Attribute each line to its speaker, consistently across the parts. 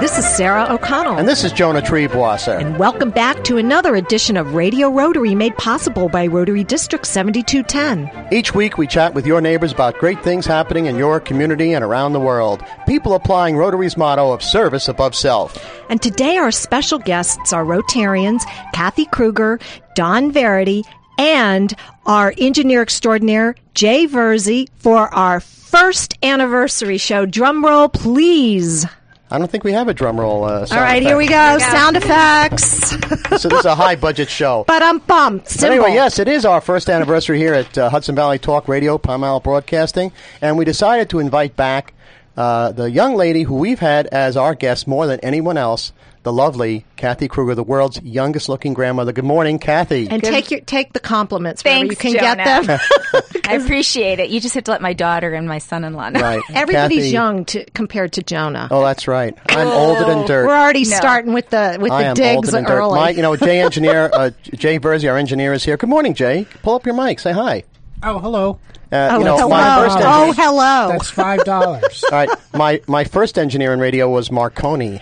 Speaker 1: This is Sarah O'Connell.
Speaker 2: And this is Jonah Treebwasser.
Speaker 1: And welcome back to another edition of Radio Rotary made possible by Rotary District 7210.
Speaker 2: Each week we chat with your neighbors about great things happening in your community and around the world. People applying Rotary's motto of service above self.
Speaker 1: And today our special guests are Rotarians Kathy Kruger, Don Verity, and our engineer extraordinaire, Jay Verzi, for our first anniversary show. Drum roll, please.
Speaker 2: I don't think we have a drum roll. Uh,
Speaker 1: All right, here we go. Sound effects.
Speaker 2: go. so this is a high budget show.
Speaker 1: but I'm bummed.
Speaker 2: But
Speaker 1: Symbol.
Speaker 2: anyway, yes, it is our first anniversary here at uh, Hudson Valley Talk Radio, Palm Isle Broadcasting, and we decided to invite back uh, the young lady who we've had as our guest more than anyone else, the lovely Kathy Kruger, the world's youngest looking grandmother. Good morning, Kathy.
Speaker 1: And take your take the compliments wherever
Speaker 3: Thanks,
Speaker 1: you can get
Speaker 3: Jonah.
Speaker 1: them.
Speaker 3: I appreciate it. You just have to let my daughter and my son-in-law know.
Speaker 2: right,
Speaker 1: Everybody's
Speaker 2: Kathy-
Speaker 1: young to, compared to Jonah.
Speaker 2: Oh, that's right. I'm older than dirt.
Speaker 1: We're already
Speaker 3: No.
Speaker 1: starting with Oh, the with
Speaker 2: I
Speaker 1: the
Speaker 2: am older
Speaker 1: digs
Speaker 2: than dirt.
Speaker 1: early.
Speaker 2: My, you know, Jay engineer, uh, Jay Verzi, our engineer, is here. Good morning, Jay. Pull up your mic. Say hi.
Speaker 4: Oh, hello.
Speaker 2: Uh,
Speaker 1: oh,
Speaker 2: you know,
Speaker 1: hello.
Speaker 2: my first engineer,
Speaker 1: oh, hello.
Speaker 4: That's five dollars.
Speaker 2: All right, my my first engineer in radio was Marconi.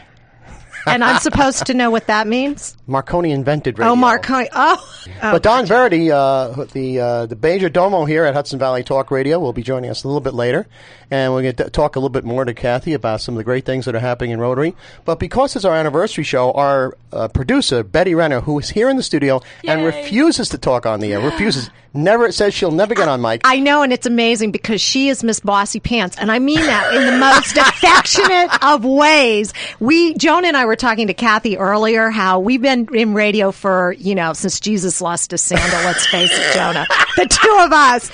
Speaker 1: and I'm supposed to know what that means?
Speaker 2: Marconi invented radio.
Speaker 1: Oh, Marconi. Oh, oh.
Speaker 2: But Don Verity, uh, who- the uh, the Beja Domo here at Hudson Valley Talk Radio, will be joining us a little bit later, and we're going to talk a little bit more to Kathy about some of the great things that are happening in Rotary. But because it's our anniversary show, our uh, producer Betty Renner, who is here in the studio and refuses to talk on the air, refuses, never says she'll never get on mic.
Speaker 1: I know, and it's amazing because she is Miss Bossy Pants, and I mean that in the most affectionate of ways. We, Joan and I were talking to Kathy earlier how we've been in radio for, you know, since Jesus lost his sandal, let's face it, Jonah. The two of us.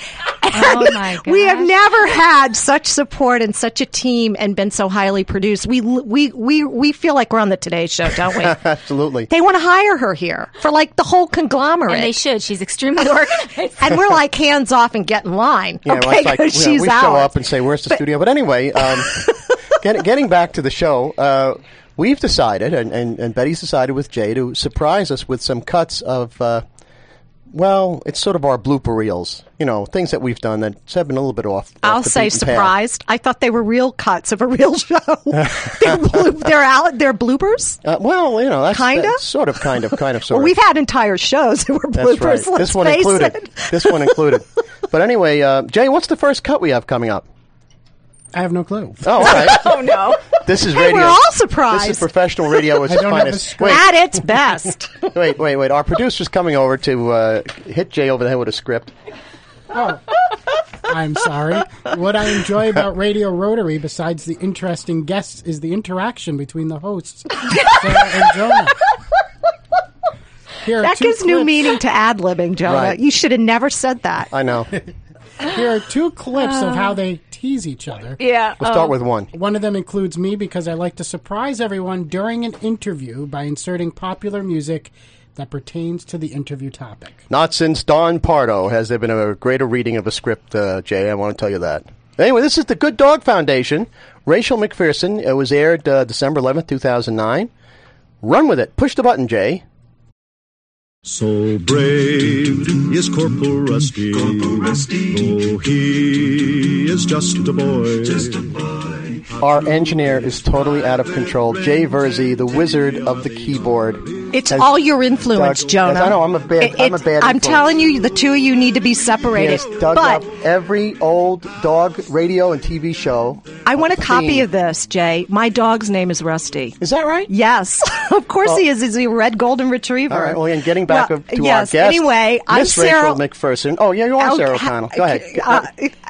Speaker 3: Oh, my
Speaker 1: We have
Speaker 3: gosh.
Speaker 1: never had such support and such a team and been so highly produced. We, we, we, we feel like we're on the Today Show, don't we?
Speaker 2: Absolutely.
Speaker 1: they want to hire her here for like the whole conglomerate.
Speaker 3: And they should. She's extremely organized.
Speaker 1: and we're like hands off and get in line.
Speaker 2: Yeah, well,
Speaker 1: okay,
Speaker 2: it's like,
Speaker 1: 'cause
Speaker 2: you know,
Speaker 1: she's
Speaker 2: we show
Speaker 1: ours.
Speaker 2: up and say, "Where's the studio?" But anyway, um, get, getting back to the show, uh, we've decided, and, and, and Betty's decided with Jay to surprise us with some cuts of, uh, well, it's sort of our blooper reels, you know, things that we've done that have been a little bit off. off
Speaker 1: I'll
Speaker 2: the
Speaker 1: say
Speaker 2: beaten path.
Speaker 1: surprised. I thought they were real cuts of a real show. they're, bloop, they're out. They're bloopers.
Speaker 2: Uh, well, you know, that's,
Speaker 1: Kinda?
Speaker 2: that's sort of, kind of, kind of, sort
Speaker 1: Well,
Speaker 2: of.
Speaker 1: we've had entire shows that were
Speaker 2: that's
Speaker 1: bloopers.
Speaker 2: right.
Speaker 1: Let's
Speaker 2: This one
Speaker 1: face
Speaker 2: included.
Speaker 1: it.
Speaker 2: This one included. But anyway, uh, Jay, what's the first cut we have coming up?
Speaker 4: I have no clue.
Speaker 2: Oh, all right.
Speaker 3: oh no.
Speaker 2: this is
Speaker 1: Hey,
Speaker 2: radio.
Speaker 1: we're all
Speaker 2: This is
Speaker 1: surprised.
Speaker 2: professional radio. It's
Speaker 4: I don't have a
Speaker 2: finest.
Speaker 4: script.
Speaker 2: Wait,
Speaker 1: At its best.
Speaker 2: Wait, wait, wait. Our producer's coming over to uh, hit Jay over the head with a script.
Speaker 4: Oh. I'm sorry. What I enjoy about Radio Rotary, besides the interesting guests, is the interaction between the hosts, Sarah and Jonah. Here are
Speaker 1: that
Speaker 4: two
Speaker 1: gives new
Speaker 4: clips-
Speaker 1: meaning to ad libbing, Jonah.
Speaker 2: Right.
Speaker 1: You should have never said that.
Speaker 2: I know. We'll
Speaker 4: Here are two clips of
Speaker 1: Uh.
Speaker 4: how they tease each other.
Speaker 3: Yeah. oh.
Speaker 2: start with one.
Speaker 4: One of them includes me because I like to surprise everyone during an interview by inserting popular music that pertains to the interview topic.
Speaker 2: Not since Don Pardo has there been a greater reading of a script, uh, Jay. I want to tell you that. Anyway, this is the Good Dog Foundation. Rachel McPherson. It was aired uh, December 11th, 2009. Run with it. Push the button, Jay.
Speaker 5: So brave is Corporal Rusty, though he is just a boy.
Speaker 2: Our engineer is totally out of control. Jay Verzi, the wizard of the keyboard.
Speaker 1: It's
Speaker 2: As-
Speaker 1: all your influence,
Speaker 2: Doug-
Speaker 1: Jonah.
Speaker 2: Yes, I know, I'm a bad- I'm a bad
Speaker 1: I'm
Speaker 2: influence.
Speaker 1: telling you, the two of you need to be
Speaker 2: He
Speaker 1: separated.
Speaker 2: has dug
Speaker 1: but
Speaker 2: up every old dog radio and TV show.
Speaker 1: I want a copy
Speaker 2: Theme.
Speaker 1: of this, Jay. My dog's name is Rusty.
Speaker 2: Is that right?
Speaker 1: Yes, of course he is. He's a red golden retriever.
Speaker 2: All right. Well, and getting back
Speaker 1: Well,
Speaker 2: up to
Speaker 1: yes,
Speaker 2: our guest.
Speaker 1: Anyway, I'm
Speaker 2: Miss Rachel
Speaker 1: Sarah.
Speaker 2: McPherson. Oh, yeah, you are
Speaker 1: Oh,
Speaker 2: Sarah
Speaker 1: ha-
Speaker 2: O'Connell. Go ahead.
Speaker 1: uh,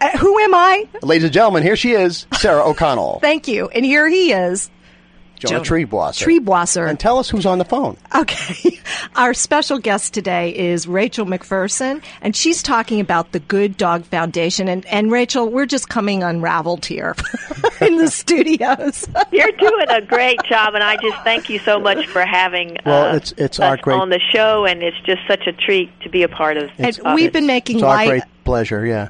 Speaker 1: uh, who am I?
Speaker 2: Ladies and gentlemen, here she is, Sarah O'Connell.
Speaker 1: Thank you. And here he is,
Speaker 2: Jonah Treebwasser.
Speaker 1: Treebwasser.
Speaker 2: And tell us who's on the phone.
Speaker 1: Okay. Our special guest today is Rachel McPherson, and she's talking about the Good Dog Foundation. And, and Rachel, we're just coming unraveled here in the studios.
Speaker 6: You're doing a great job, and I just thank you so much for having
Speaker 2: Well,
Speaker 6: uh,
Speaker 2: it's- it's
Speaker 6: us
Speaker 2: our great-
Speaker 6: on the show, and it's just such a treat to be a part of.
Speaker 1: and
Speaker 6: of
Speaker 1: we've
Speaker 6: it.
Speaker 1: been making
Speaker 2: It's our
Speaker 1: light.
Speaker 2: great pleasure, yeah.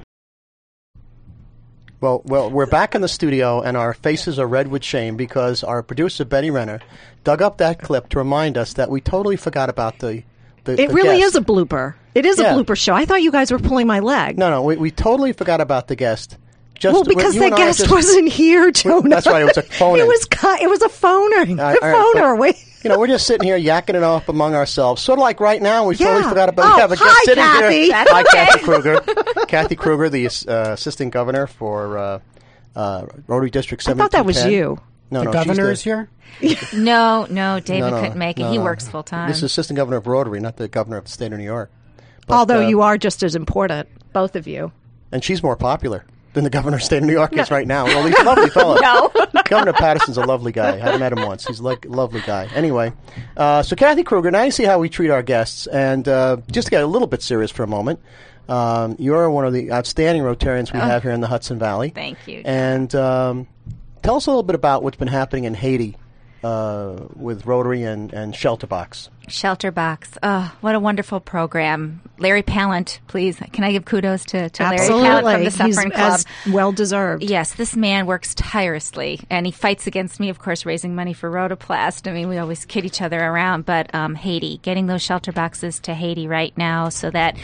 Speaker 2: Well, well, we're back in the studio, and our faces are red with shame because our producer, Betty Renner, dug up that clip to remind us that we totally forgot about the. the
Speaker 1: it
Speaker 2: the
Speaker 1: really is
Speaker 2: guest.
Speaker 1: a blooper. It is
Speaker 2: Yeah.
Speaker 1: a blooper show. I thought you guys were pulling my leg.
Speaker 2: No, no, we, we totally forgot about the guest. just
Speaker 1: well, because
Speaker 2: you
Speaker 1: the
Speaker 2: and I
Speaker 1: guest
Speaker 2: just-
Speaker 1: wasn't here, Jonah.
Speaker 2: that's right, it was a phone
Speaker 1: It
Speaker 2: in.
Speaker 1: was cu- it was a phoner.
Speaker 2: I-
Speaker 1: a
Speaker 2: I- but,
Speaker 1: phoner. Wait.
Speaker 2: You know, we're just sitting here yakking it up among ourselves, sort of like right now. We totally
Speaker 1: Yeah.
Speaker 2: forgot about
Speaker 1: Oh,
Speaker 2: we have a guest
Speaker 1: hi,
Speaker 2: sitting
Speaker 1: Kathy.
Speaker 2: here.
Speaker 1: That's
Speaker 2: hi, Kathy Kruger. Kathy Kruger, the uh, assistant governor for uh, uh, Rotary District.
Speaker 1: I thought that was
Speaker 2: 1710.
Speaker 1: you.
Speaker 2: No,
Speaker 4: The
Speaker 2: no, Oh, she's
Speaker 4: governor is here.
Speaker 3: No, no, David
Speaker 2: no,
Speaker 3: couldn't make it.
Speaker 2: no,
Speaker 3: he
Speaker 2: no.
Speaker 3: works full time.
Speaker 2: This is assistant governor of Rotary, not the governor of the state of New York. But,
Speaker 1: Although
Speaker 2: uh,
Speaker 1: you are just as important, both of you.
Speaker 2: and she's more popular than the governor of the state of New York is right now. Well, he's a lovely fellow. no. Governor Patterson's a lovely guy. I've met him once. He's like a lovely guy. Anyway, uh, so Kathy Kruger, now you see how we treat our guests. And uh, just to get a little bit serious for a moment, um, you're one of the outstanding Rotarians we have here in the Hudson Valley.
Speaker 3: Oh. Thank you, John.
Speaker 2: And um, tell us a little bit about what's been happening in Haiti uh, with Rotary and, and Shelterbox.
Speaker 3: Shelter Box. Oh, what a wonderful program. Larry Pallant, please. Can I give kudos to, to Larry Pallant from the
Speaker 1: He's
Speaker 3: Suffering Club?
Speaker 1: as well deserved.
Speaker 3: Yes, this man works tirelessly, and he fights against me, of course, raising money for Rotoplast. I mean, we always kid each other around, but um, Haiti, getting those shelter boxes to Haiti right now so that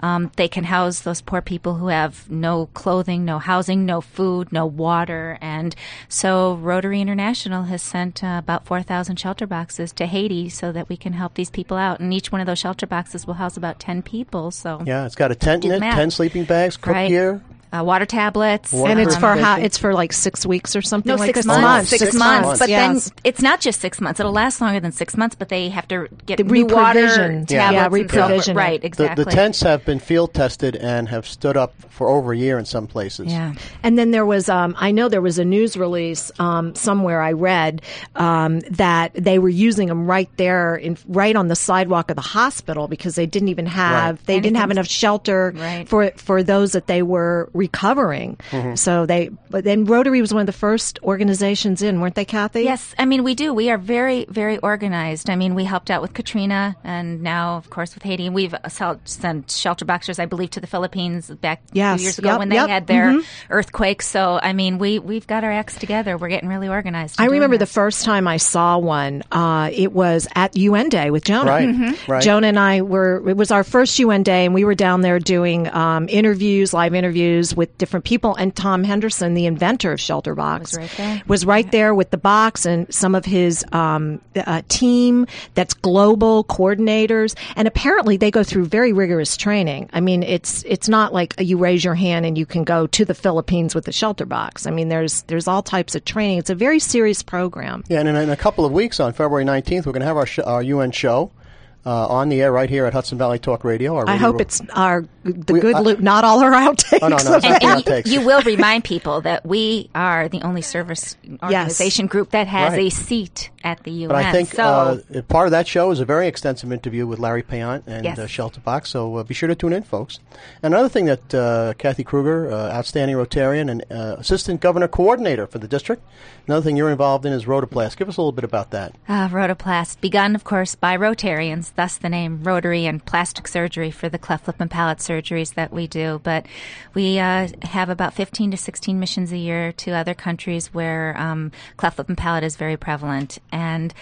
Speaker 3: um, they can house those poor people who have no clothing, no housing, no food, no water. And so Rotary International has sent uh, about 4,000 shelter boxes to Haiti so that we can help these people out. And each one of those shelter boxes will house about 10 people. So,
Speaker 2: Yeah, it's got a tent in
Speaker 3: Do
Speaker 2: it,
Speaker 3: the math.
Speaker 2: 10 sleeping bags, cook
Speaker 3: right.
Speaker 2: gear.
Speaker 3: Uh, water tablets.
Speaker 2: Water
Speaker 1: And it's
Speaker 2: Um,
Speaker 1: for
Speaker 2: they
Speaker 1: how
Speaker 2: think-
Speaker 1: it's for like six weeks or something.
Speaker 3: No,
Speaker 1: like
Speaker 3: six
Speaker 1: this?
Speaker 3: months.
Speaker 2: months.
Speaker 3: Six,
Speaker 2: Six
Speaker 3: months.
Speaker 2: months.
Speaker 3: But
Speaker 1: Yes.
Speaker 3: then it's not just six months. It'll last longer than six months, but they have to get
Speaker 1: The
Speaker 3: new water,
Speaker 1: reprovision.
Speaker 3: tablets,
Speaker 1: Yeah. Yeah,
Speaker 3: and so forth.
Speaker 1: reprovision.
Speaker 3: Right,
Speaker 2: The,
Speaker 3: exactly.
Speaker 2: the tents have been field tested and have stood up for over a year in some places.
Speaker 3: Yeah.
Speaker 1: And then there was, um, I know there was a news release um, somewhere I read um, that they were using them right there, in, right on the sidewalk of the hospital because they didn't even have
Speaker 2: Right.
Speaker 1: they didn't have
Speaker 3: Anything-
Speaker 1: enough shelter
Speaker 3: Right.
Speaker 1: for for those that they were recovering.
Speaker 2: Mm-hmm.
Speaker 1: So they, but then Rotary was one of the first organizations in, weren't they, Kathy?
Speaker 3: Yes, I mean we do. We are very, very organized. I mean we helped out with Katrina, and now of course with Haiti. We've sel- sent shelter boxers, I believe, to the Philippines back a
Speaker 1: Yes,
Speaker 3: few years ago
Speaker 1: yep,
Speaker 3: when they
Speaker 1: yep, Mm-hmm.
Speaker 3: had their earthquakes. So I mean we we've got our acts together. We're getting really organized.
Speaker 1: I
Speaker 3: and doing
Speaker 1: remember the
Speaker 3: this.
Speaker 1: first time I saw one. Uh, it was at UN Day with Jonah.
Speaker 2: Right, Mhm. right.
Speaker 1: Jonah and I were. It was our first UN Day, and we were down there doing um, interviews, live interviews with different people. And Tom Henderson, the inventor of Shelter Box, was
Speaker 3: right there.
Speaker 1: there with the box and some of his um, uh, team. That's global coordinators, and apparently they go through very rigorous training. I mean, it's it's not like you raise your hand and you can go to the Philippines with a shelter box. I mean, there's there's all types of training. It's a very serious program.
Speaker 2: Yeah, and in, in a couple of weeks, on February 19th, we're going to have our, sh- our UN show uh, on the air right here at Hudson Valley Talk Radio. Our
Speaker 1: I
Speaker 2: radio-
Speaker 1: hope it's our the
Speaker 2: We-
Speaker 1: good
Speaker 2: I-
Speaker 1: loop, not all our outtakes.
Speaker 2: Oh, no, no, it's not the
Speaker 3: and you,
Speaker 2: outtakes.
Speaker 3: you will remind people that we are the only service organization group that has
Speaker 2: Right.
Speaker 3: a seat at the UN.
Speaker 2: But I think
Speaker 3: so
Speaker 2: uh, part of that show is a very extensive interview with Larry Payan and
Speaker 3: Yes.
Speaker 2: uh, Shelterbox, so uh, be sure to tune in, folks. Another thing that uh, Kathy Kruger, uh, outstanding Rotarian and uh, assistant governor coordinator for the district, another thing you're involved in is Rotoplast. Give us a little bit about that.
Speaker 3: uh, Rotoplast, begun, of course, by Rotarians, thus the name Rotary and Plastic Surgery for the cleft lip and palate surgeries that we do. But we uh, have about 15 to 16 missions a year to other countries where um, cleft lip and palate is very prevalent. And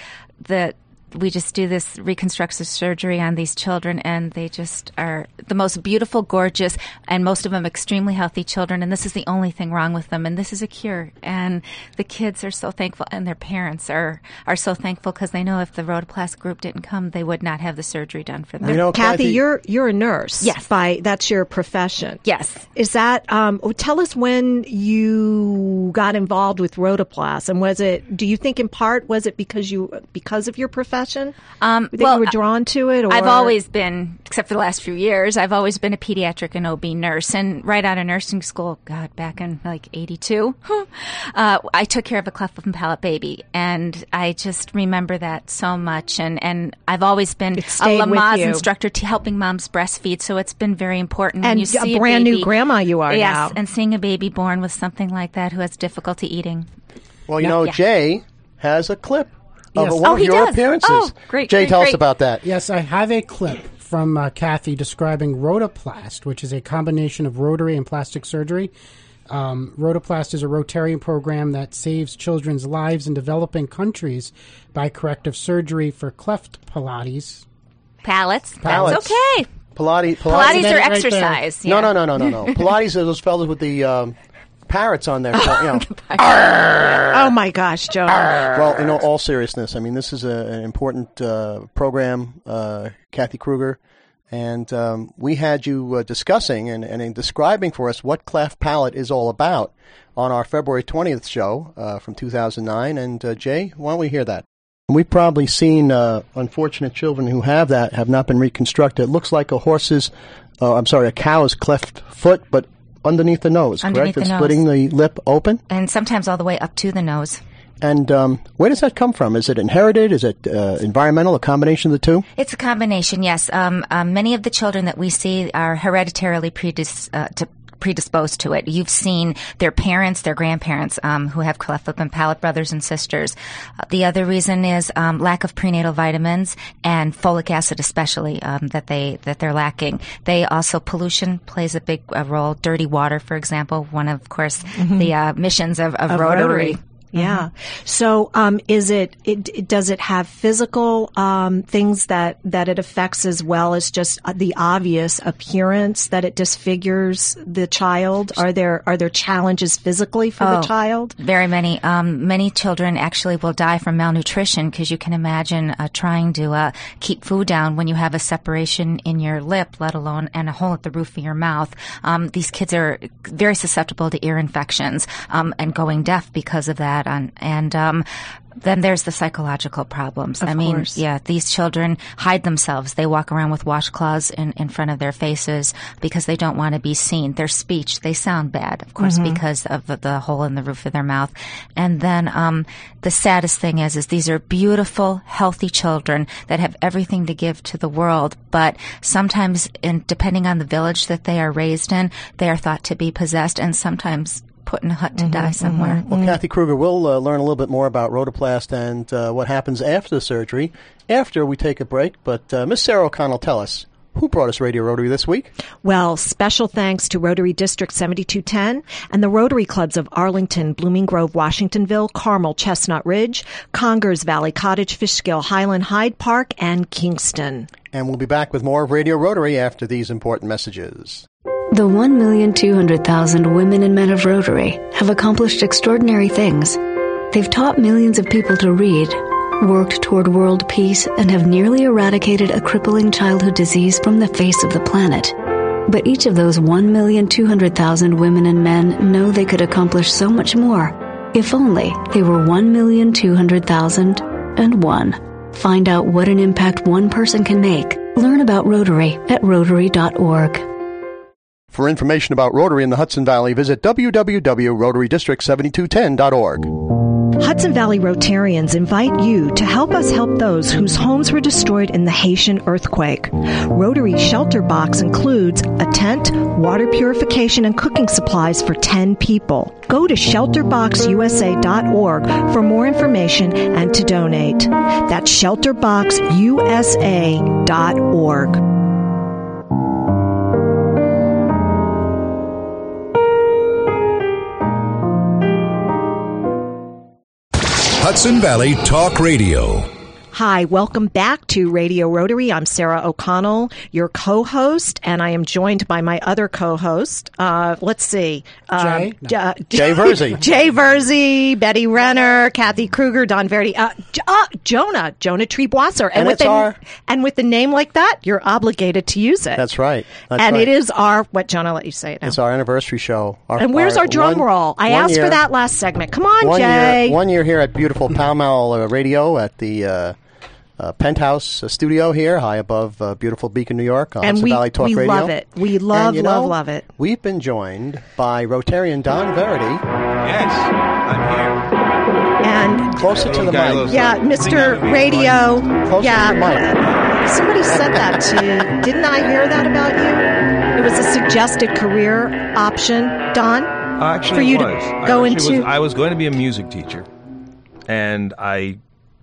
Speaker 3: the we just do this reconstructive surgery on these children and they just are the most beautiful gorgeous and most of them extremely healthy children and this is the only thing wrong with them and this is a cure and the kids are so thankful and their parents are are so thankful because they know if the rotoplast group didn't come they would not have the surgery done for them
Speaker 2: You know,
Speaker 1: Kathy, you're you're a nurse.
Speaker 3: Yes.
Speaker 1: by that's your profession.
Speaker 3: yes
Speaker 1: Is that um, oh, tell us when you got involved with Rotoplast, and was it? Do you think in part was it because you because of your profession um, that
Speaker 3: well,
Speaker 1: you were drawn to it? Or?
Speaker 3: I've always been, except for the last few years, I've always been a pediatric and OB nurse. And right out of nursing school, God, back in like 82, uh, I took care of a cleft lip and palate baby. And I just remember that so much. And, and I've always been a
Speaker 1: stayed with
Speaker 3: Lamaze
Speaker 1: you.
Speaker 3: instructor to helping moms breastfeed. So it's been very important. when
Speaker 1: And
Speaker 3: you
Speaker 1: a
Speaker 3: see
Speaker 1: brand new
Speaker 3: baby-
Speaker 1: grandma you are
Speaker 3: Yes.
Speaker 1: now.
Speaker 3: And seeing a baby born with something like that who has difficulty eating.
Speaker 2: Well, you know,
Speaker 3: Yeah.
Speaker 2: Jay has a clip of
Speaker 1: Yes.
Speaker 2: one
Speaker 3: Oh,
Speaker 2: of
Speaker 3: he
Speaker 2: your
Speaker 3: does.
Speaker 2: appearances.
Speaker 3: Oh, great,
Speaker 2: Jay,
Speaker 3: great,
Speaker 2: tell us
Speaker 3: great.
Speaker 2: about that.
Speaker 4: Yes, I have a clip from uh, Kathy describing rotoplast, which is a combination of rotary and plastic surgery. Um, rotoplast is a Rotarian program that saves children's lives in developing countries by corrective surgery for cleft pilates.
Speaker 3: Palates.
Speaker 2: Palates.
Speaker 3: That's okay.
Speaker 2: Pilates, Pilates,
Speaker 3: Pilates
Speaker 4: Right
Speaker 3: or
Speaker 4: there.
Speaker 3: exercise.
Speaker 2: No,
Speaker 3: yeah.
Speaker 2: no, no, no, no, no. Pilates are those fellas with the um, parrots on their you know.
Speaker 1: Oh my gosh, Joe.
Speaker 2: Well, in all, all seriousness, I mean, this is a, an important uh, program, uh, Kathy Kruger, and um, we had you uh, discussing and, and in describing for us what cleft palate is all about on our February 20th show uh, from 2009. And uh, Jay, why don't we hear that? We've probably seen uh, unfortunate children who have that have not been reconstructed. It looks like a horse's, uh, I'm sorry, a cow's cleft foot, but underneath the nose, correct?
Speaker 3: Underneath the
Speaker 2: it's
Speaker 3: nose.
Speaker 2: splitting the lip open.
Speaker 3: and sometimes all the way up to the nose.
Speaker 2: And um, where does that come from? Is it inherited? Is it uh, environmental? A combination of the two?
Speaker 3: It's a combination, yes. Um, um, many of the children that we see are hereditarily predis- uh, to predisposed to it. You've seen their parents, their grandparents, um, who have cleft lip and palate brothers and sisters. Uh, the other reason is um, lack of prenatal vitamins and folic acid, especially um, that they that they're lacking. They also pollution plays a big uh, role. Dirty water, for example, one of, of course, the uh, missions of, of, Rotary.
Speaker 1: Yeah. So, um, is it, it, it- does it have physical, um, things that, that it affects as well as just uh, the obvious appearance that it disfigures the child? Are there, are there challenges physically for the child?
Speaker 3: Very many. Um, many children actually will die from malnutrition because you can imagine uh, trying to uh, keep food down when you have a separation in your lip, let alone and a hole at the roof of your mouth. Um, these kids are very susceptible to ear infections um, and going deaf because of that. On, and um, then there's the psychological problems. I mean, yeah, these children hide themselves. They walk around with washcloths in, in front of their faces because they don't want to be seen. Their speech, they sound bad, of course, because of the, the hole in the roof of their mouth. And then, um, the saddest thing is, is these are beautiful, healthy children that have everything to give to the world. But sometimes, in, depending on the village that they are raised in, they are thought to be possessed and sometimes put in a hut to die somewhere.
Speaker 2: Well,
Speaker 1: Mm-hmm.
Speaker 2: Kathy Kruger, we'll uh, learn a little bit more about rotoplast and uh, what happens after the surgery after we take a break. But uh, Miss Sarah O'Connell, tell us who brought us Radio Rotary this week.
Speaker 1: Well, special thanks to Rotary District 7210 and the Rotary Clubs of Arlington, Blooming Grove, Washingtonville, Carmel, Chestnut Ridge, Congers Valley Cottage, Fishkill, Highland, Hyde Park, and Kingston.
Speaker 2: And we'll be back with more of Radio Rotary after these important messages.
Speaker 7: The 1,200,000 women and men of Rotary have accomplished extraordinary things. They've taught millions of people to read, worked toward world peace, and have nearly eradicated a crippling childhood disease from the face of the planet. But each of those 1,200,000 women and men know they could accomplish so much more if only they were 1,200,001. Find out what an impact one person can make. Learn about Rotary at Rotary.org.
Speaker 2: For information about Rotary in the Hudson Valley, visit www.rotarydistrict7210.org.
Speaker 1: Hudson Valley Rotarians invite you to help us help those whose homes were destroyed in the Haitian earthquake. Rotary Shelter Box includes a tent, water purification, and cooking supplies for 10 people. Go to shelterboxusa.org for more information and to donate. That's shelterboxusa.org.
Speaker 8: Hudson Valley Talk Radio.
Speaker 1: Hi, welcome back to Radio Rotary. I'm Sarah O'Connell, your co-host, and I am joined by my other co-host. Uh, let's see,
Speaker 4: Jay?
Speaker 1: J- uh,
Speaker 2: Jay Verzi.
Speaker 1: Jay Verzi, Betty Renner, Kathy Kruger, Don Verdi, uh, J- uh, Jonah, Jonah Treeboiser,
Speaker 2: And
Speaker 1: with
Speaker 2: it's
Speaker 1: a,
Speaker 2: our-
Speaker 1: and with a name like that, you're obligated to use it.
Speaker 2: That's right. That's
Speaker 1: and
Speaker 2: right.
Speaker 1: it is our what Jonah let you say it now.
Speaker 2: It's our anniversary show. Our-
Speaker 1: and where's our, drum
Speaker 2: one-
Speaker 1: roll? I
Speaker 2: one
Speaker 1: asked
Speaker 2: year-
Speaker 1: for that last segment. Come on,
Speaker 2: one
Speaker 1: Jay.
Speaker 2: year, one year here at beautiful Pall Mall uh, Radio at the uh, uh, penthouse uh, studio here, high above uh, beautiful Beacon, New York, on
Speaker 1: And
Speaker 2: Hudson
Speaker 1: we-
Speaker 2: Valley Talk
Speaker 1: we
Speaker 2: Radio.
Speaker 1: love it. We love,
Speaker 2: And, you
Speaker 1: love,
Speaker 2: know,
Speaker 1: love it.
Speaker 2: We've been joined by Rotarian Don Verity,
Speaker 9: Yes, I'm here.
Speaker 1: and
Speaker 2: closer to the
Speaker 9: Guy
Speaker 2: mic.
Speaker 9: Lewis.
Speaker 1: Yeah, Mr. Radio.
Speaker 2: Closer
Speaker 1: yeah,
Speaker 2: to the mic.
Speaker 1: somebody said that to you. Didn't I hear that about you? It was a suggested career option, Don.
Speaker 9: Actually,
Speaker 1: For you
Speaker 9: it
Speaker 1: to
Speaker 9: was. I
Speaker 1: go
Speaker 9: actually
Speaker 1: into-
Speaker 9: was, I was going to be a music teacher, and I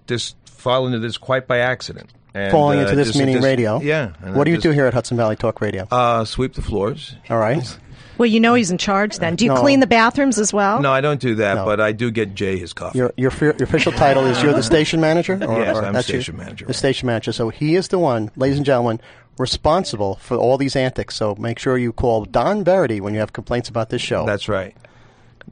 Speaker 9: just fell into this quite by accident. And,
Speaker 2: Falling
Speaker 9: uh,
Speaker 2: into this
Speaker 9: just-
Speaker 2: meaning
Speaker 9: just-
Speaker 2: radio.
Speaker 9: Yeah. and
Speaker 2: What
Speaker 9: I
Speaker 2: do you
Speaker 9: just,
Speaker 2: do here at Hudson Valley Talk Radio?
Speaker 9: Uh, sweep the floors.
Speaker 2: All right.
Speaker 1: Well, you know he's in charge. Then, do you
Speaker 2: No.
Speaker 1: clean the bathrooms as well?
Speaker 9: No, I don't do that,
Speaker 2: No.
Speaker 9: but I do get Jay his coffee.
Speaker 2: Your, your fi- your official title is you're the station manager. Or,
Speaker 9: Yes, I'm
Speaker 2: that's your-
Speaker 9: station manager.
Speaker 2: The station manager. So he is the one, ladies and gentlemen, responsible for all these antics. So make sure you call Don Verity when you have complaints about this show.
Speaker 9: That's right.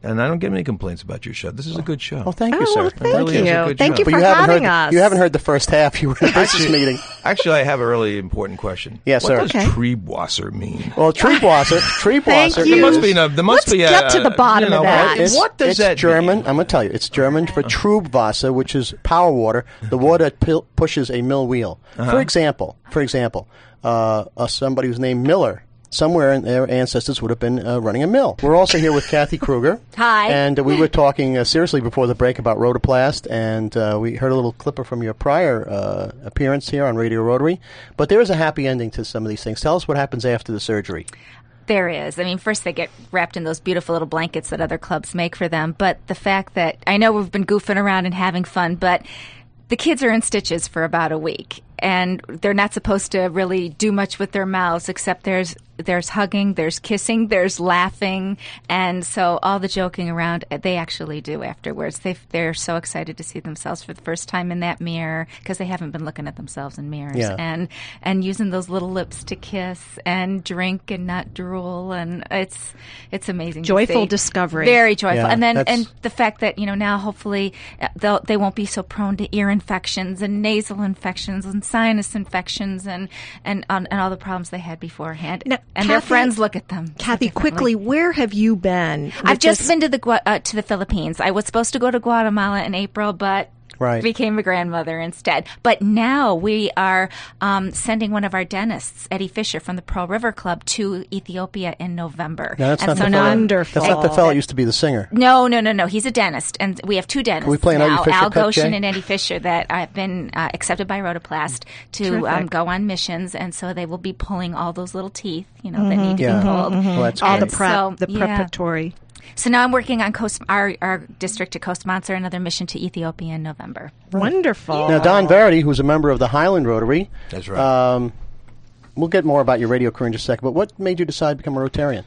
Speaker 9: and I don't get many complaints about your show. This is a good show.
Speaker 2: Oh, thank you, sir.
Speaker 1: well,
Speaker 9: It
Speaker 1: thank
Speaker 9: really
Speaker 1: you.
Speaker 9: is a good
Speaker 1: Thank
Speaker 9: show.
Speaker 1: you
Speaker 2: But
Speaker 1: for
Speaker 2: you haven't
Speaker 1: having
Speaker 2: heard
Speaker 1: us.
Speaker 2: The, you haven't heard the first half. You were in a business meeting.
Speaker 9: Actually, I have a really important question.
Speaker 2: Yes,
Speaker 9: what
Speaker 2: sir.
Speaker 9: What does
Speaker 1: Okay.
Speaker 9: tree blosser mean?
Speaker 2: Well, tree blosser. Tree
Speaker 1: Thank
Speaker 2: blosser.
Speaker 1: you.
Speaker 9: There must
Speaker 2: is-
Speaker 9: be no. There must
Speaker 1: Let's
Speaker 9: be a.
Speaker 1: get to the bottom
Speaker 9: you know,
Speaker 1: of that.
Speaker 9: What, what does
Speaker 2: it's
Speaker 9: that
Speaker 2: German?
Speaker 9: mean?
Speaker 2: I'm going to tell you. It's German for Trubwasser, which is power water, the water that pil- pushes a mill wheel. For example, for example, uh, uh, somebody who's named Miller. Somewhere in their ancestors would have been uh, running a mill. We're also here with Kathy Kruger.
Speaker 3: Hi.
Speaker 2: And uh, we were talking uh, seriously before the break about rotoplast, and uh, we heard a little clipper from your prior uh, appearance here on Radio Rotary. But there is a happy ending to some of these things. Tell us what happens after the surgery.
Speaker 3: There is. I mean, first they get wrapped in those beautiful little blankets that other clubs make for them. But the fact that I know we've been goofing around and having fun, but the kids are in stitches for about a week, and they're not supposed to really do much with their mouths except there's there's hugging, there's kissing, there's laughing, and so all the joking around uh, they actually do afterwards. They they're so excited to see themselves for the first time in that mirror because they haven't been looking at themselves in mirrors
Speaker 2: Yeah.
Speaker 3: and and using those little lips to kiss and drink and not drool and it's it's amazing to
Speaker 1: Joyful
Speaker 3: see.
Speaker 1: discovery.
Speaker 3: very joyful
Speaker 2: Yeah,
Speaker 3: and then
Speaker 2: that's-
Speaker 3: and the fact that you know now hopefully uh, they'll, they won't be so prone to ear infections and nasal infections and sinus infections and and on, and all the problems they had beforehand
Speaker 1: Now,
Speaker 3: and their
Speaker 1: Kathy-
Speaker 3: friends look at them so
Speaker 1: Kathy,
Speaker 3: differently.
Speaker 1: quickly, where have you been?
Speaker 3: I've
Speaker 1: with
Speaker 3: just
Speaker 1: this-
Speaker 3: been to the Gua- uh, to the Philippines. I was supposed to go to Guatemala in April, but
Speaker 2: Right.
Speaker 3: became a grandmother instead. But now we are um, sending one of our dentists, Eddie Fisher from the Pearl River Club, to Ethiopia in November.
Speaker 2: Now, that's
Speaker 3: and
Speaker 2: not
Speaker 3: so
Speaker 2: the
Speaker 3: now
Speaker 2: fella-
Speaker 3: I'm-
Speaker 1: Wonderful.
Speaker 2: That's not the fellow that used to be the singer.
Speaker 3: no, no, no, no. He's a dentist, and we have two dentists
Speaker 2: we play an Eddie
Speaker 3: now,
Speaker 2: Fisher
Speaker 3: Al
Speaker 2: cut,
Speaker 3: Goshen
Speaker 2: Jay?
Speaker 3: and Eddie Fisher, that have been uh, accepted by Rotoplast to um, go on missions, and so they will be pulling all those little teeth, you know, that need to
Speaker 2: Yeah.
Speaker 3: be pulled.
Speaker 2: Well, that's
Speaker 1: Mm-hmm, all the
Speaker 2: great.
Speaker 1: prep,
Speaker 3: So,
Speaker 1: the
Speaker 3: yeah.
Speaker 1: preparatory.
Speaker 3: So now I'm working on co- our, our district to co-sponsor another mission to Ethiopia in November.
Speaker 1: Wonderful.
Speaker 2: Now, Don Verity, who's a member of the Highland Rotary,
Speaker 9: That's right.
Speaker 2: um, we'll get more about your radio career in just a second. But what made you decide to become a Rotarian?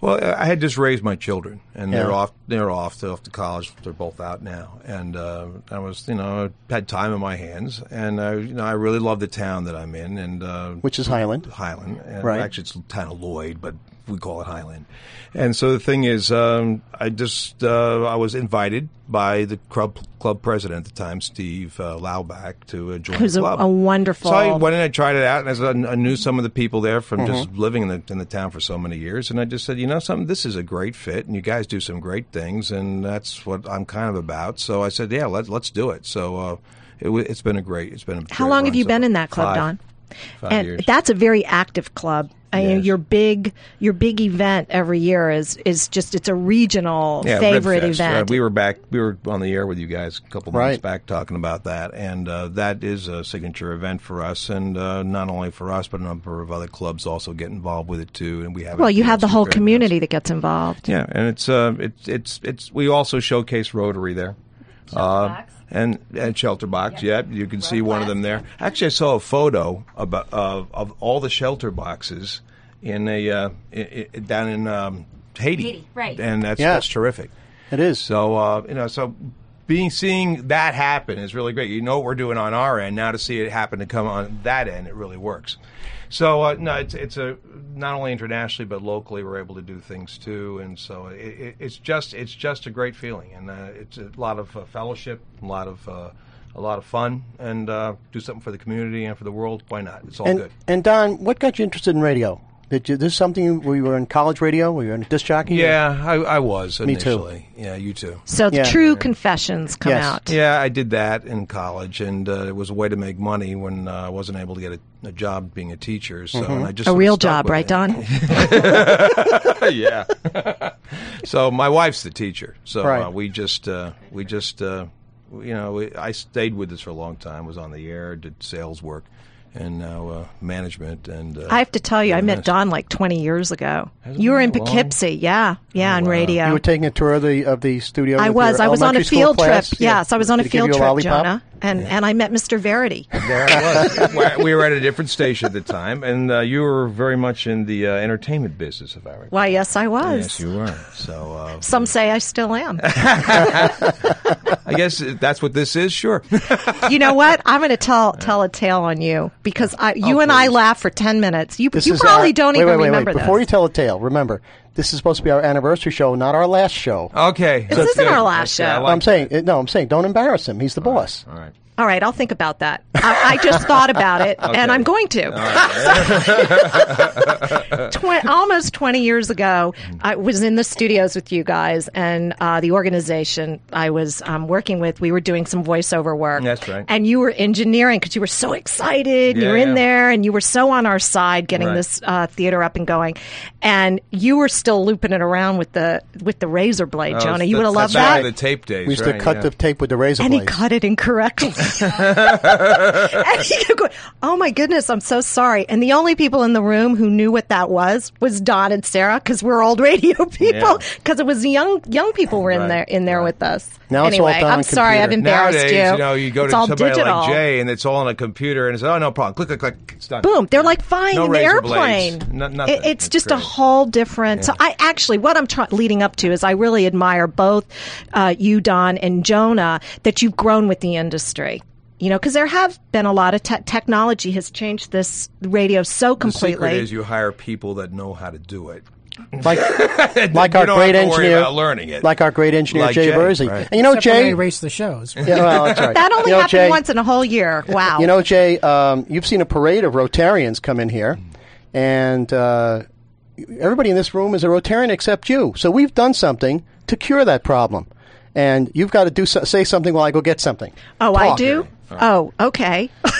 Speaker 9: Well, I I had just raised my children, and they're
Speaker 2: Yeah.
Speaker 9: off. They're off. They're off to college. They're both out now, and uh, I was, you know, I had time in my hands, and I, you know, I really love the town that I'm in, and uh,
Speaker 2: Which is Highland.
Speaker 9: Highland, and
Speaker 2: Right.
Speaker 9: Actually, it's the town of Lloyd, but we call it Highland. And so the thing is, um, I just uh, I was invited by the club club president at the time, Steve uh, Laubach, to uh, join
Speaker 1: Who's
Speaker 9: the
Speaker 1: a,
Speaker 9: club.
Speaker 1: a wonderful.
Speaker 9: So I went and I tried it out, and I, said- I knew some of the people there from just
Speaker 1: Mm-hmm.
Speaker 9: living in the in the town for so many years, and I just said, you know, something this is a great fit, and you guys do some great things, and that's what I'm kind of about. So I said, yeah, let's let's do it. So uh, it, w- it's been a great, it's been. A
Speaker 1: How long have you been in that club, Don?
Speaker 9: Five
Speaker 1: and
Speaker 9: years.
Speaker 1: that's a very active club. I mean,
Speaker 9: Yes.
Speaker 1: your big your big event every year is is just it's a regional
Speaker 9: yeah,
Speaker 1: favorite
Speaker 9: Ribfest.
Speaker 1: event.
Speaker 9: Uh, we were back. We were on the air with you guys a couple months
Speaker 2: Right.
Speaker 9: back talking about that, and uh, that is a signature event for us, and uh, not only for us, but a number of other clubs also get involved with it too. And we have
Speaker 1: well, you have the whole
Speaker 9: great events.
Speaker 1: community that gets involved.
Speaker 9: Yeah, and it's uh, it's it's it's we also showcase Rotary there. Uh, and and shelter box, yeah, you can see one of them there. Actually, I saw a photo about of of all the shelter boxes in a uh, i i down in um, Haiti.
Speaker 3: Haiti, right.
Speaker 9: And that's
Speaker 2: Yeah.
Speaker 9: that's terrific.
Speaker 2: It is.
Speaker 9: So uh, you know, so being seeing that happen is really great. You know what we're doing on our end now to see it happen to come on that end, it really works. So uh, no, it's it's a not only internationally but locally we're able to do things too, and so it, it, it's just it's just a great feeling, and uh, it's a lot of uh, fellowship, a lot of. Uh, a lot of fun and uh, do something for the community and for the world. Why not? It's all
Speaker 2: and,
Speaker 9: good.
Speaker 2: and Don, what got you interested in radio? Did you, this is something you, we were in college radio? Were you in a disc jockey?
Speaker 9: Yeah, I, I was
Speaker 2: Me too.
Speaker 9: initially. Yeah, you too.
Speaker 1: So the
Speaker 2: Yeah.
Speaker 1: true confessions come
Speaker 2: Yes.
Speaker 1: out.
Speaker 9: Yeah, I did that in college, and uh, it was a way to make money when uh, I wasn't able to get a, a job being a teacher. So and I
Speaker 1: Mm-hmm. A
Speaker 9: just sort of
Speaker 1: real job,
Speaker 9: stuck with
Speaker 1: right,
Speaker 9: it.
Speaker 1: Don?
Speaker 9: yeah. so my wife's the teacher, so uh,
Speaker 2: Right.
Speaker 9: we just uh, we just uh, you know we, I stayed with this for a long time. Was on the air, did sales work, and now uh, management. And uh,
Speaker 1: I have to tell you, I met
Speaker 9: Yes.
Speaker 1: Don like 20 years ago. you were in
Speaker 9: been that long? Oh,
Speaker 1: Poughkeepsie, yeah, yeah, on radio.
Speaker 2: You were taking a tour of the of the studio.
Speaker 1: I
Speaker 2: with
Speaker 1: was.
Speaker 2: your
Speaker 1: I was on a
Speaker 2: elementary school
Speaker 1: field trip.
Speaker 2: class?
Speaker 1: Yes, I was on a
Speaker 2: Did he give
Speaker 1: field
Speaker 2: you
Speaker 1: trip,
Speaker 2: lollipop?
Speaker 1: Jonah, and and I met Mr. Verity.
Speaker 9: there I was. we we were at a different station at the time, and uh, you were very much in the uh, entertainment business, if I recall.
Speaker 1: Why, yes, I was.
Speaker 9: Yes, you were. So uh,
Speaker 1: Some say I still am.
Speaker 9: I guess that's what this is. Sure.
Speaker 1: you know what? I'm going to tell tell a tale on you because I, you and I
Speaker 9: please.
Speaker 1: laugh for ten minutes. You
Speaker 2: Oh, This
Speaker 1: you
Speaker 2: is
Speaker 1: probably
Speaker 2: our-
Speaker 1: don't
Speaker 2: wait,
Speaker 1: even
Speaker 2: wait, wait,
Speaker 1: remember
Speaker 2: wait.
Speaker 1: this.
Speaker 2: Before you tell a tale, remember This is supposed to be our anniversary show, not our last show.
Speaker 9: Oh, Okay.
Speaker 1: This isn't our last show.
Speaker 2: I'm saying no. I'm saying don't embarrass him. He's the boss.
Speaker 9: All right.
Speaker 1: All right, I'll think about that. I, I just thought about it, and I'm going to. Twen- almost 20 years ago, I was in the studios with you guys, and uh, the organization I was um, working with, we were doing some voiceover work.
Speaker 9: That's right.
Speaker 1: And you were engineering because you were so excited. you were in
Speaker 9: Yeah.
Speaker 1: there, and you were so on our side getting
Speaker 9: Right.
Speaker 1: this uh, theater up and going. And you were still looping it around with the with the razor blade,
Speaker 9: Oh,
Speaker 1: Jonah. You would have
Speaker 9: that's-
Speaker 1: loved
Speaker 9: that's
Speaker 1: that.
Speaker 9: back in The tape days.
Speaker 2: We used
Speaker 9: right,
Speaker 2: to cut
Speaker 9: yeah.
Speaker 2: the tape with the razor
Speaker 1: And he
Speaker 2: blade.
Speaker 1: cut it incorrectly. and he kept going, oh my goodness, I'm so sorry. And the only people in the room who knew what that was was Don and Sarah because we're old radio people.
Speaker 9: Yeah.
Speaker 1: Because it was young young people were in
Speaker 9: Right,
Speaker 1: there in there with us.
Speaker 2: Now it's all
Speaker 1: anyway,
Speaker 2: done
Speaker 1: I'm
Speaker 2: on
Speaker 1: sorry,
Speaker 2: computer.
Speaker 1: I've embarrassed
Speaker 9: Nowadays,
Speaker 1: you.
Speaker 9: you know, you go
Speaker 1: it's
Speaker 9: to
Speaker 1: all
Speaker 9: somebody
Speaker 1: digital.
Speaker 9: like Jay, and it's all on a computer, and it's oh no problem, click click click, it's done.
Speaker 1: Boom! They're like flying
Speaker 9: No
Speaker 1: in the
Speaker 9: razor
Speaker 1: airplane.
Speaker 9: blades. No- nothing.
Speaker 1: it, it's
Speaker 9: It's
Speaker 1: just a
Speaker 9: great.
Speaker 1: whole different. So I actually, what I'm try- leading up to is I really admire both uh, you, Don, and Jonah that you've grown with the industry. You know, because there have been a lot of te- technology has changed this radio so
Speaker 9: The secret
Speaker 1: completely.
Speaker 9: is you hire people that know how to do it.
Speaker 2: like like
Speaker 9: You
Speaker 2: our great
Speaker 9: don't have to worry
Speaker 2: engineer
Speaker 9: about learning it.
Speaker 2: Like our great engineer
Speaker 9: Like
Speaker 2: Jay,
Speaker 9: Jay,
Speaker 2: Verzey.
Speaker 9: right.
Speaker 2: And you know
Speaker 4: Except
Speaker 2: Jay.
Speaker 4: when they erase the shows.
Speaker 2: Yeah, well, that's right.
Speaker 1: that only
Speaker 2: You know,
Speaker 1: happened
Speaker 2: Jay-
Speaker 1: once in a whole year. Wow.
Speaker 2: You know, Jay, um, you've seen a parade of Rotarians come in here, and uh, everybody in this room is a Rotarian except you. So we've done something to cure that problem. And you've got to do so, say something while I go get something.
Speaker 1: Oh, I
Speaker 2: Talk.
Speaker 1: do? Oh, okay.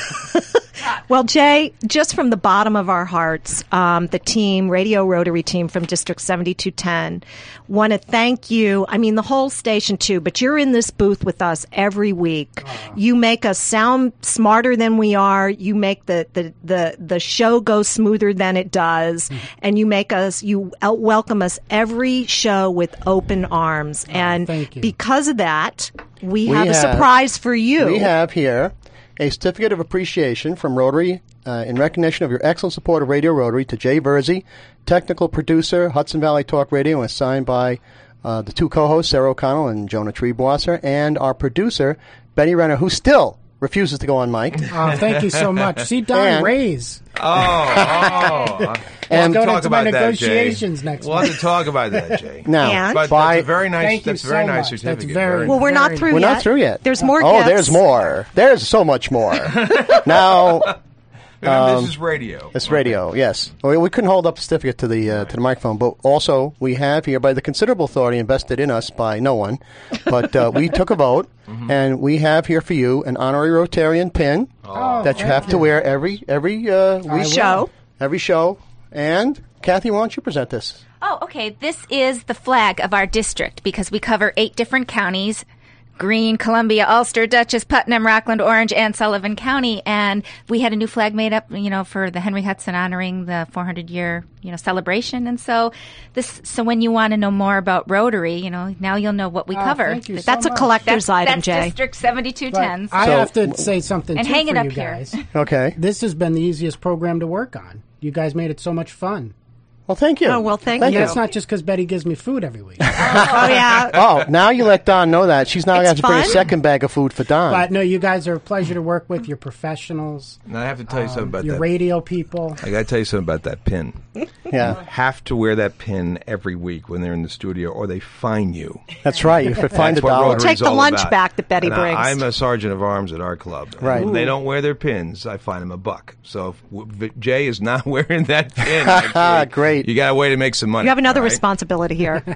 Speaker 1: well, Jay, just from the bottom of our hearts, um, the team, Radio Rotary team from District 7210, want to thank you. I mean, the whole station, too, but you're in this booth with us every week. You make us sound smarter than we are. You make the, the, the, the show go smoother than it does. And you make us, you out- welcome us every show with open arms. and
Speaker 4: thank you.
Speaker 1: because of that, we,
Speaker 2: We
Speaker 1: have, a
Speaker 2: have-
Speaker 1: surprise for you.
Speaker 2: We have here a certificate of appreciation from Rotary uh, in recognition of your excellent support of Radio Rotary to Jay Verzi, technical producer, Hudson Valley Talk Radio, and signed by uh, the two co-hosts, Sarah O'Connell and Jonah Treebwasser, and our producer, Benny Renner, who still refuses to go on mic.
Speaker 4: Oh, thank you so much. See, Don
Speaker 2: And-
Speaker 4: Rays.
Speaker 9: Oh, oh.
Speaker 2: And
Speaker 4: Go
Speaker 9: talk
Speaker 4: to my
Speaker 9: about that, Jay.
Speaker 4: negotiations next
Speaker 9: We'll
Speaker 4: week.
Speaker 9: have to talk about that, Jay.
Speaker 2: now,
Speaker 1: And-
Speaker 9: but
Speaker 2: by-
Speaker 9: that's a very nice.
Speaker 4: Thank you
Speaker 9: that's a very
Speaker 4: so
Speaker 9: nice
Speaker 4: much. That's
Speaker 9: certificate.
Speaker 4: very-
Speaker 9: nice.
Speaker 1: well, we're not
Speaker 4: Very
Speaker 1: through
Speaker 2: we're
Speaker 1: yet.
Speaker 2: not through yet.
Speaker 1: There's more
Speaker 2: Oh,
Speaker 1: gifts.
Speaker 2: there's more. There's so much more. now,
Speaker 9: Remember, this is radio.
Speaker 2: Um, It's radio, yes. We, we couldn't hold up the certificate to the uh, to the microphone, but also we have here by the considerable authority invested in us by no one, but uh, we took a vote, and we have here for you an honorary Rotarian pin that you
Speaker 4: thank
Speaker 2: have to
Speaker 4: you.
Speaker 2: wear every every uh, week,
Speaker 1: Show.
Speaker 2: every show. And Kathy, why don't you present this?
Speaker 3: Oh, okay. This is the flag of our district because we cover eight different counties. Green, Columbia, Ulster, Dutchess, Putnam, Rockland, Orange, and Sullivan County. And we had a new flag made up, you know, for the Henry Hudson honoring the 400 year, you know, celebration. And so this, so when you want to know more about Rotary, you know, now you'll know what we cover.
Speaker 4: Oh, thank you so
Speaker 1: That's a
Speaker 4: much.
Speaker 1: collector's item,
Speaker 3: That's
Speaker 1: Jay.
Speaker 3: District
Speaker 4: But
Speaker 3: 7210.
Speaker 4: I
Speaker 2: So-
Speaker 4: have to say something
Speaker 3: And
Speaker 4: too
Speaker 3: hang
Speaker 4: for
Speaker 3: it up
Speaker 4: you
Speaker 3: here.
Speaker 4: guys.
Speaker 2: Okay.
Speaker 4: This has been the easiest program to work on. You guys made it so much fun.
Speaker 2: Well, thank you.
Speaker 1: Oh, well, thank
Speaker 4: And
Speaker 1: you.
Speaker 4: that's not just because Betty gives me food every week.
Speaker 1: oh yeah.
Speaker 2: Oh, now you let Don know that she's now going to have
Speaker 1: It's
Speaker 2: to bring a
Speaker 1: fun.
Speaker 2: second bag of food for Don.
Speaker 4: but no, you guys are a pleasure to work with. You're professionals.
Speaker 9: And I have to tell you something about
Speaker 4: Um, Your
Speaker 9: that.
Speaker 4: radio people.
Speaker 9: I got to tell you something about that pin.
Speaker 2: yeah,
Speaker 9: Have to wear that pin every week when they're in the studio, or they fine you.
Speaker 2: that's right. You could find a
Speaker 9: That's what
Speaker 2: dollar.
Speaker 9: Rotary's
Speaker 1: Take the
Speaker 9: all
Speaker 1: lunch
Speaker 9: about.
Speaker 1: back that Betty
Speaker 9: And I-
Speaker 1: brings.
Speaker 9: I'm a sergeant of arms at our club.
Speaker 2: Right.
Speaker 9: And They don't wear their pins. I find them a buck. So if w- v- Jay is not wearing that pin, next week,
Speaker 2: Great.
Speaker 9: You got a way to make some money.
Speaker 1: You have another
Speaker 9: all right?
Speaker 1: responsibility here.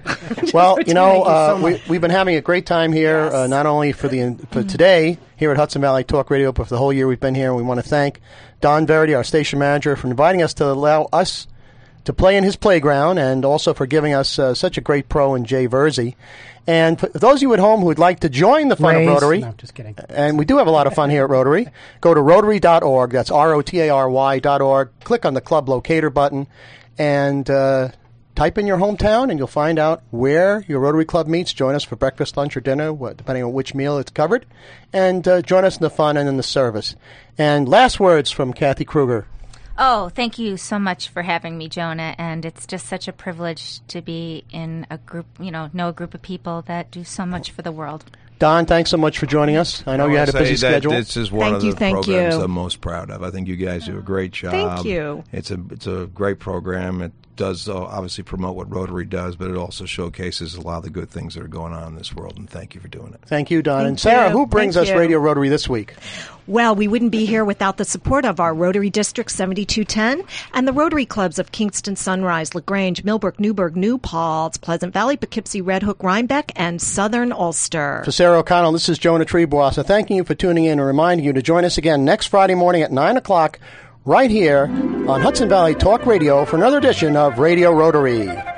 Speaker 2: Well, you know,
Speaker 4: Thank you so
Speaker 2: uh, we,
Speaker 4: much.
Speaker 2: we've been having a great time here, uh, not only for the for today here at Hudson Valley Talk Radio, but for the whole year we've been here. And we want to thank Don Verity, our station manager, for inviting us to allow us to play in his playground, and also for giving us uh, such a great pro in Jay Verzi. And for those of you at home who would like to join the fun
Speaker 4: Rays.
Speaker 2: of Rotary,
Speaker 4: No, just kidding.
Speaker 2: and we do have a lot of fun here at Rotary. Go to rotary.org. That's R O T A R Y dot org. Click on the club locator button and uh, type in your hometown, and you'll find out where your Rotary Club meets. Join us for breakfast, lunch, or dinner, what, depending on which meal it's covered. And uh, join us in the fun and in the service. And last words from Kathy Kruger.
Speaker 3: Oh, thank you so much for having me, Jonah. And it's just such a privilege to be in a group, you know, know a group of people that do so much for the world.
Speaker 2: Don, thanks so much for joining us. I know you
Speaker 9: I
Speaker 2: had a
Speaker 9: wanna
Speaker 2: busy
Speaker 9: say that
Speaker 2: schedule.
Speaker 9: This is one
Speaker 1: Thank
Speaker 9: of
Speaker 1: you,
Speaker 9: the
Speaker 1: thank
Speaker 9: programs
Speaker 1: you.
Speaker 9: I'm most proud of. I think you guys do a great job.
Speaker 1: Thank you.
Speaker 9: It's a it's a great program. It does uh, obviously promote what Rotary does, but it also showcases a lot of the good things that are going on in this world. And thank you for doing it.
Speaker 2: Thank you, Don. and Sarah, who brings us Radio Rotary this week?
Speaker 1: Well, we wouldn't be here without the support of our Rotary District 7210 and the Rotary Clubs of Kingston, Sunrise, LaGrange, Millbrook, Newburgh, New Paltz, Pleasant Valley, Poughkeepsie, Red Hook, Rhinebeck, and Southern Ulster.
Speaker 2: For Sarah O'Connell, this is Jonah Treeboasa thanking you for tuning in and reminding you to join us again next Friday morning at 9 o'clock right here on Hudson Valley Talk Radio for another edition of Radio Rotary.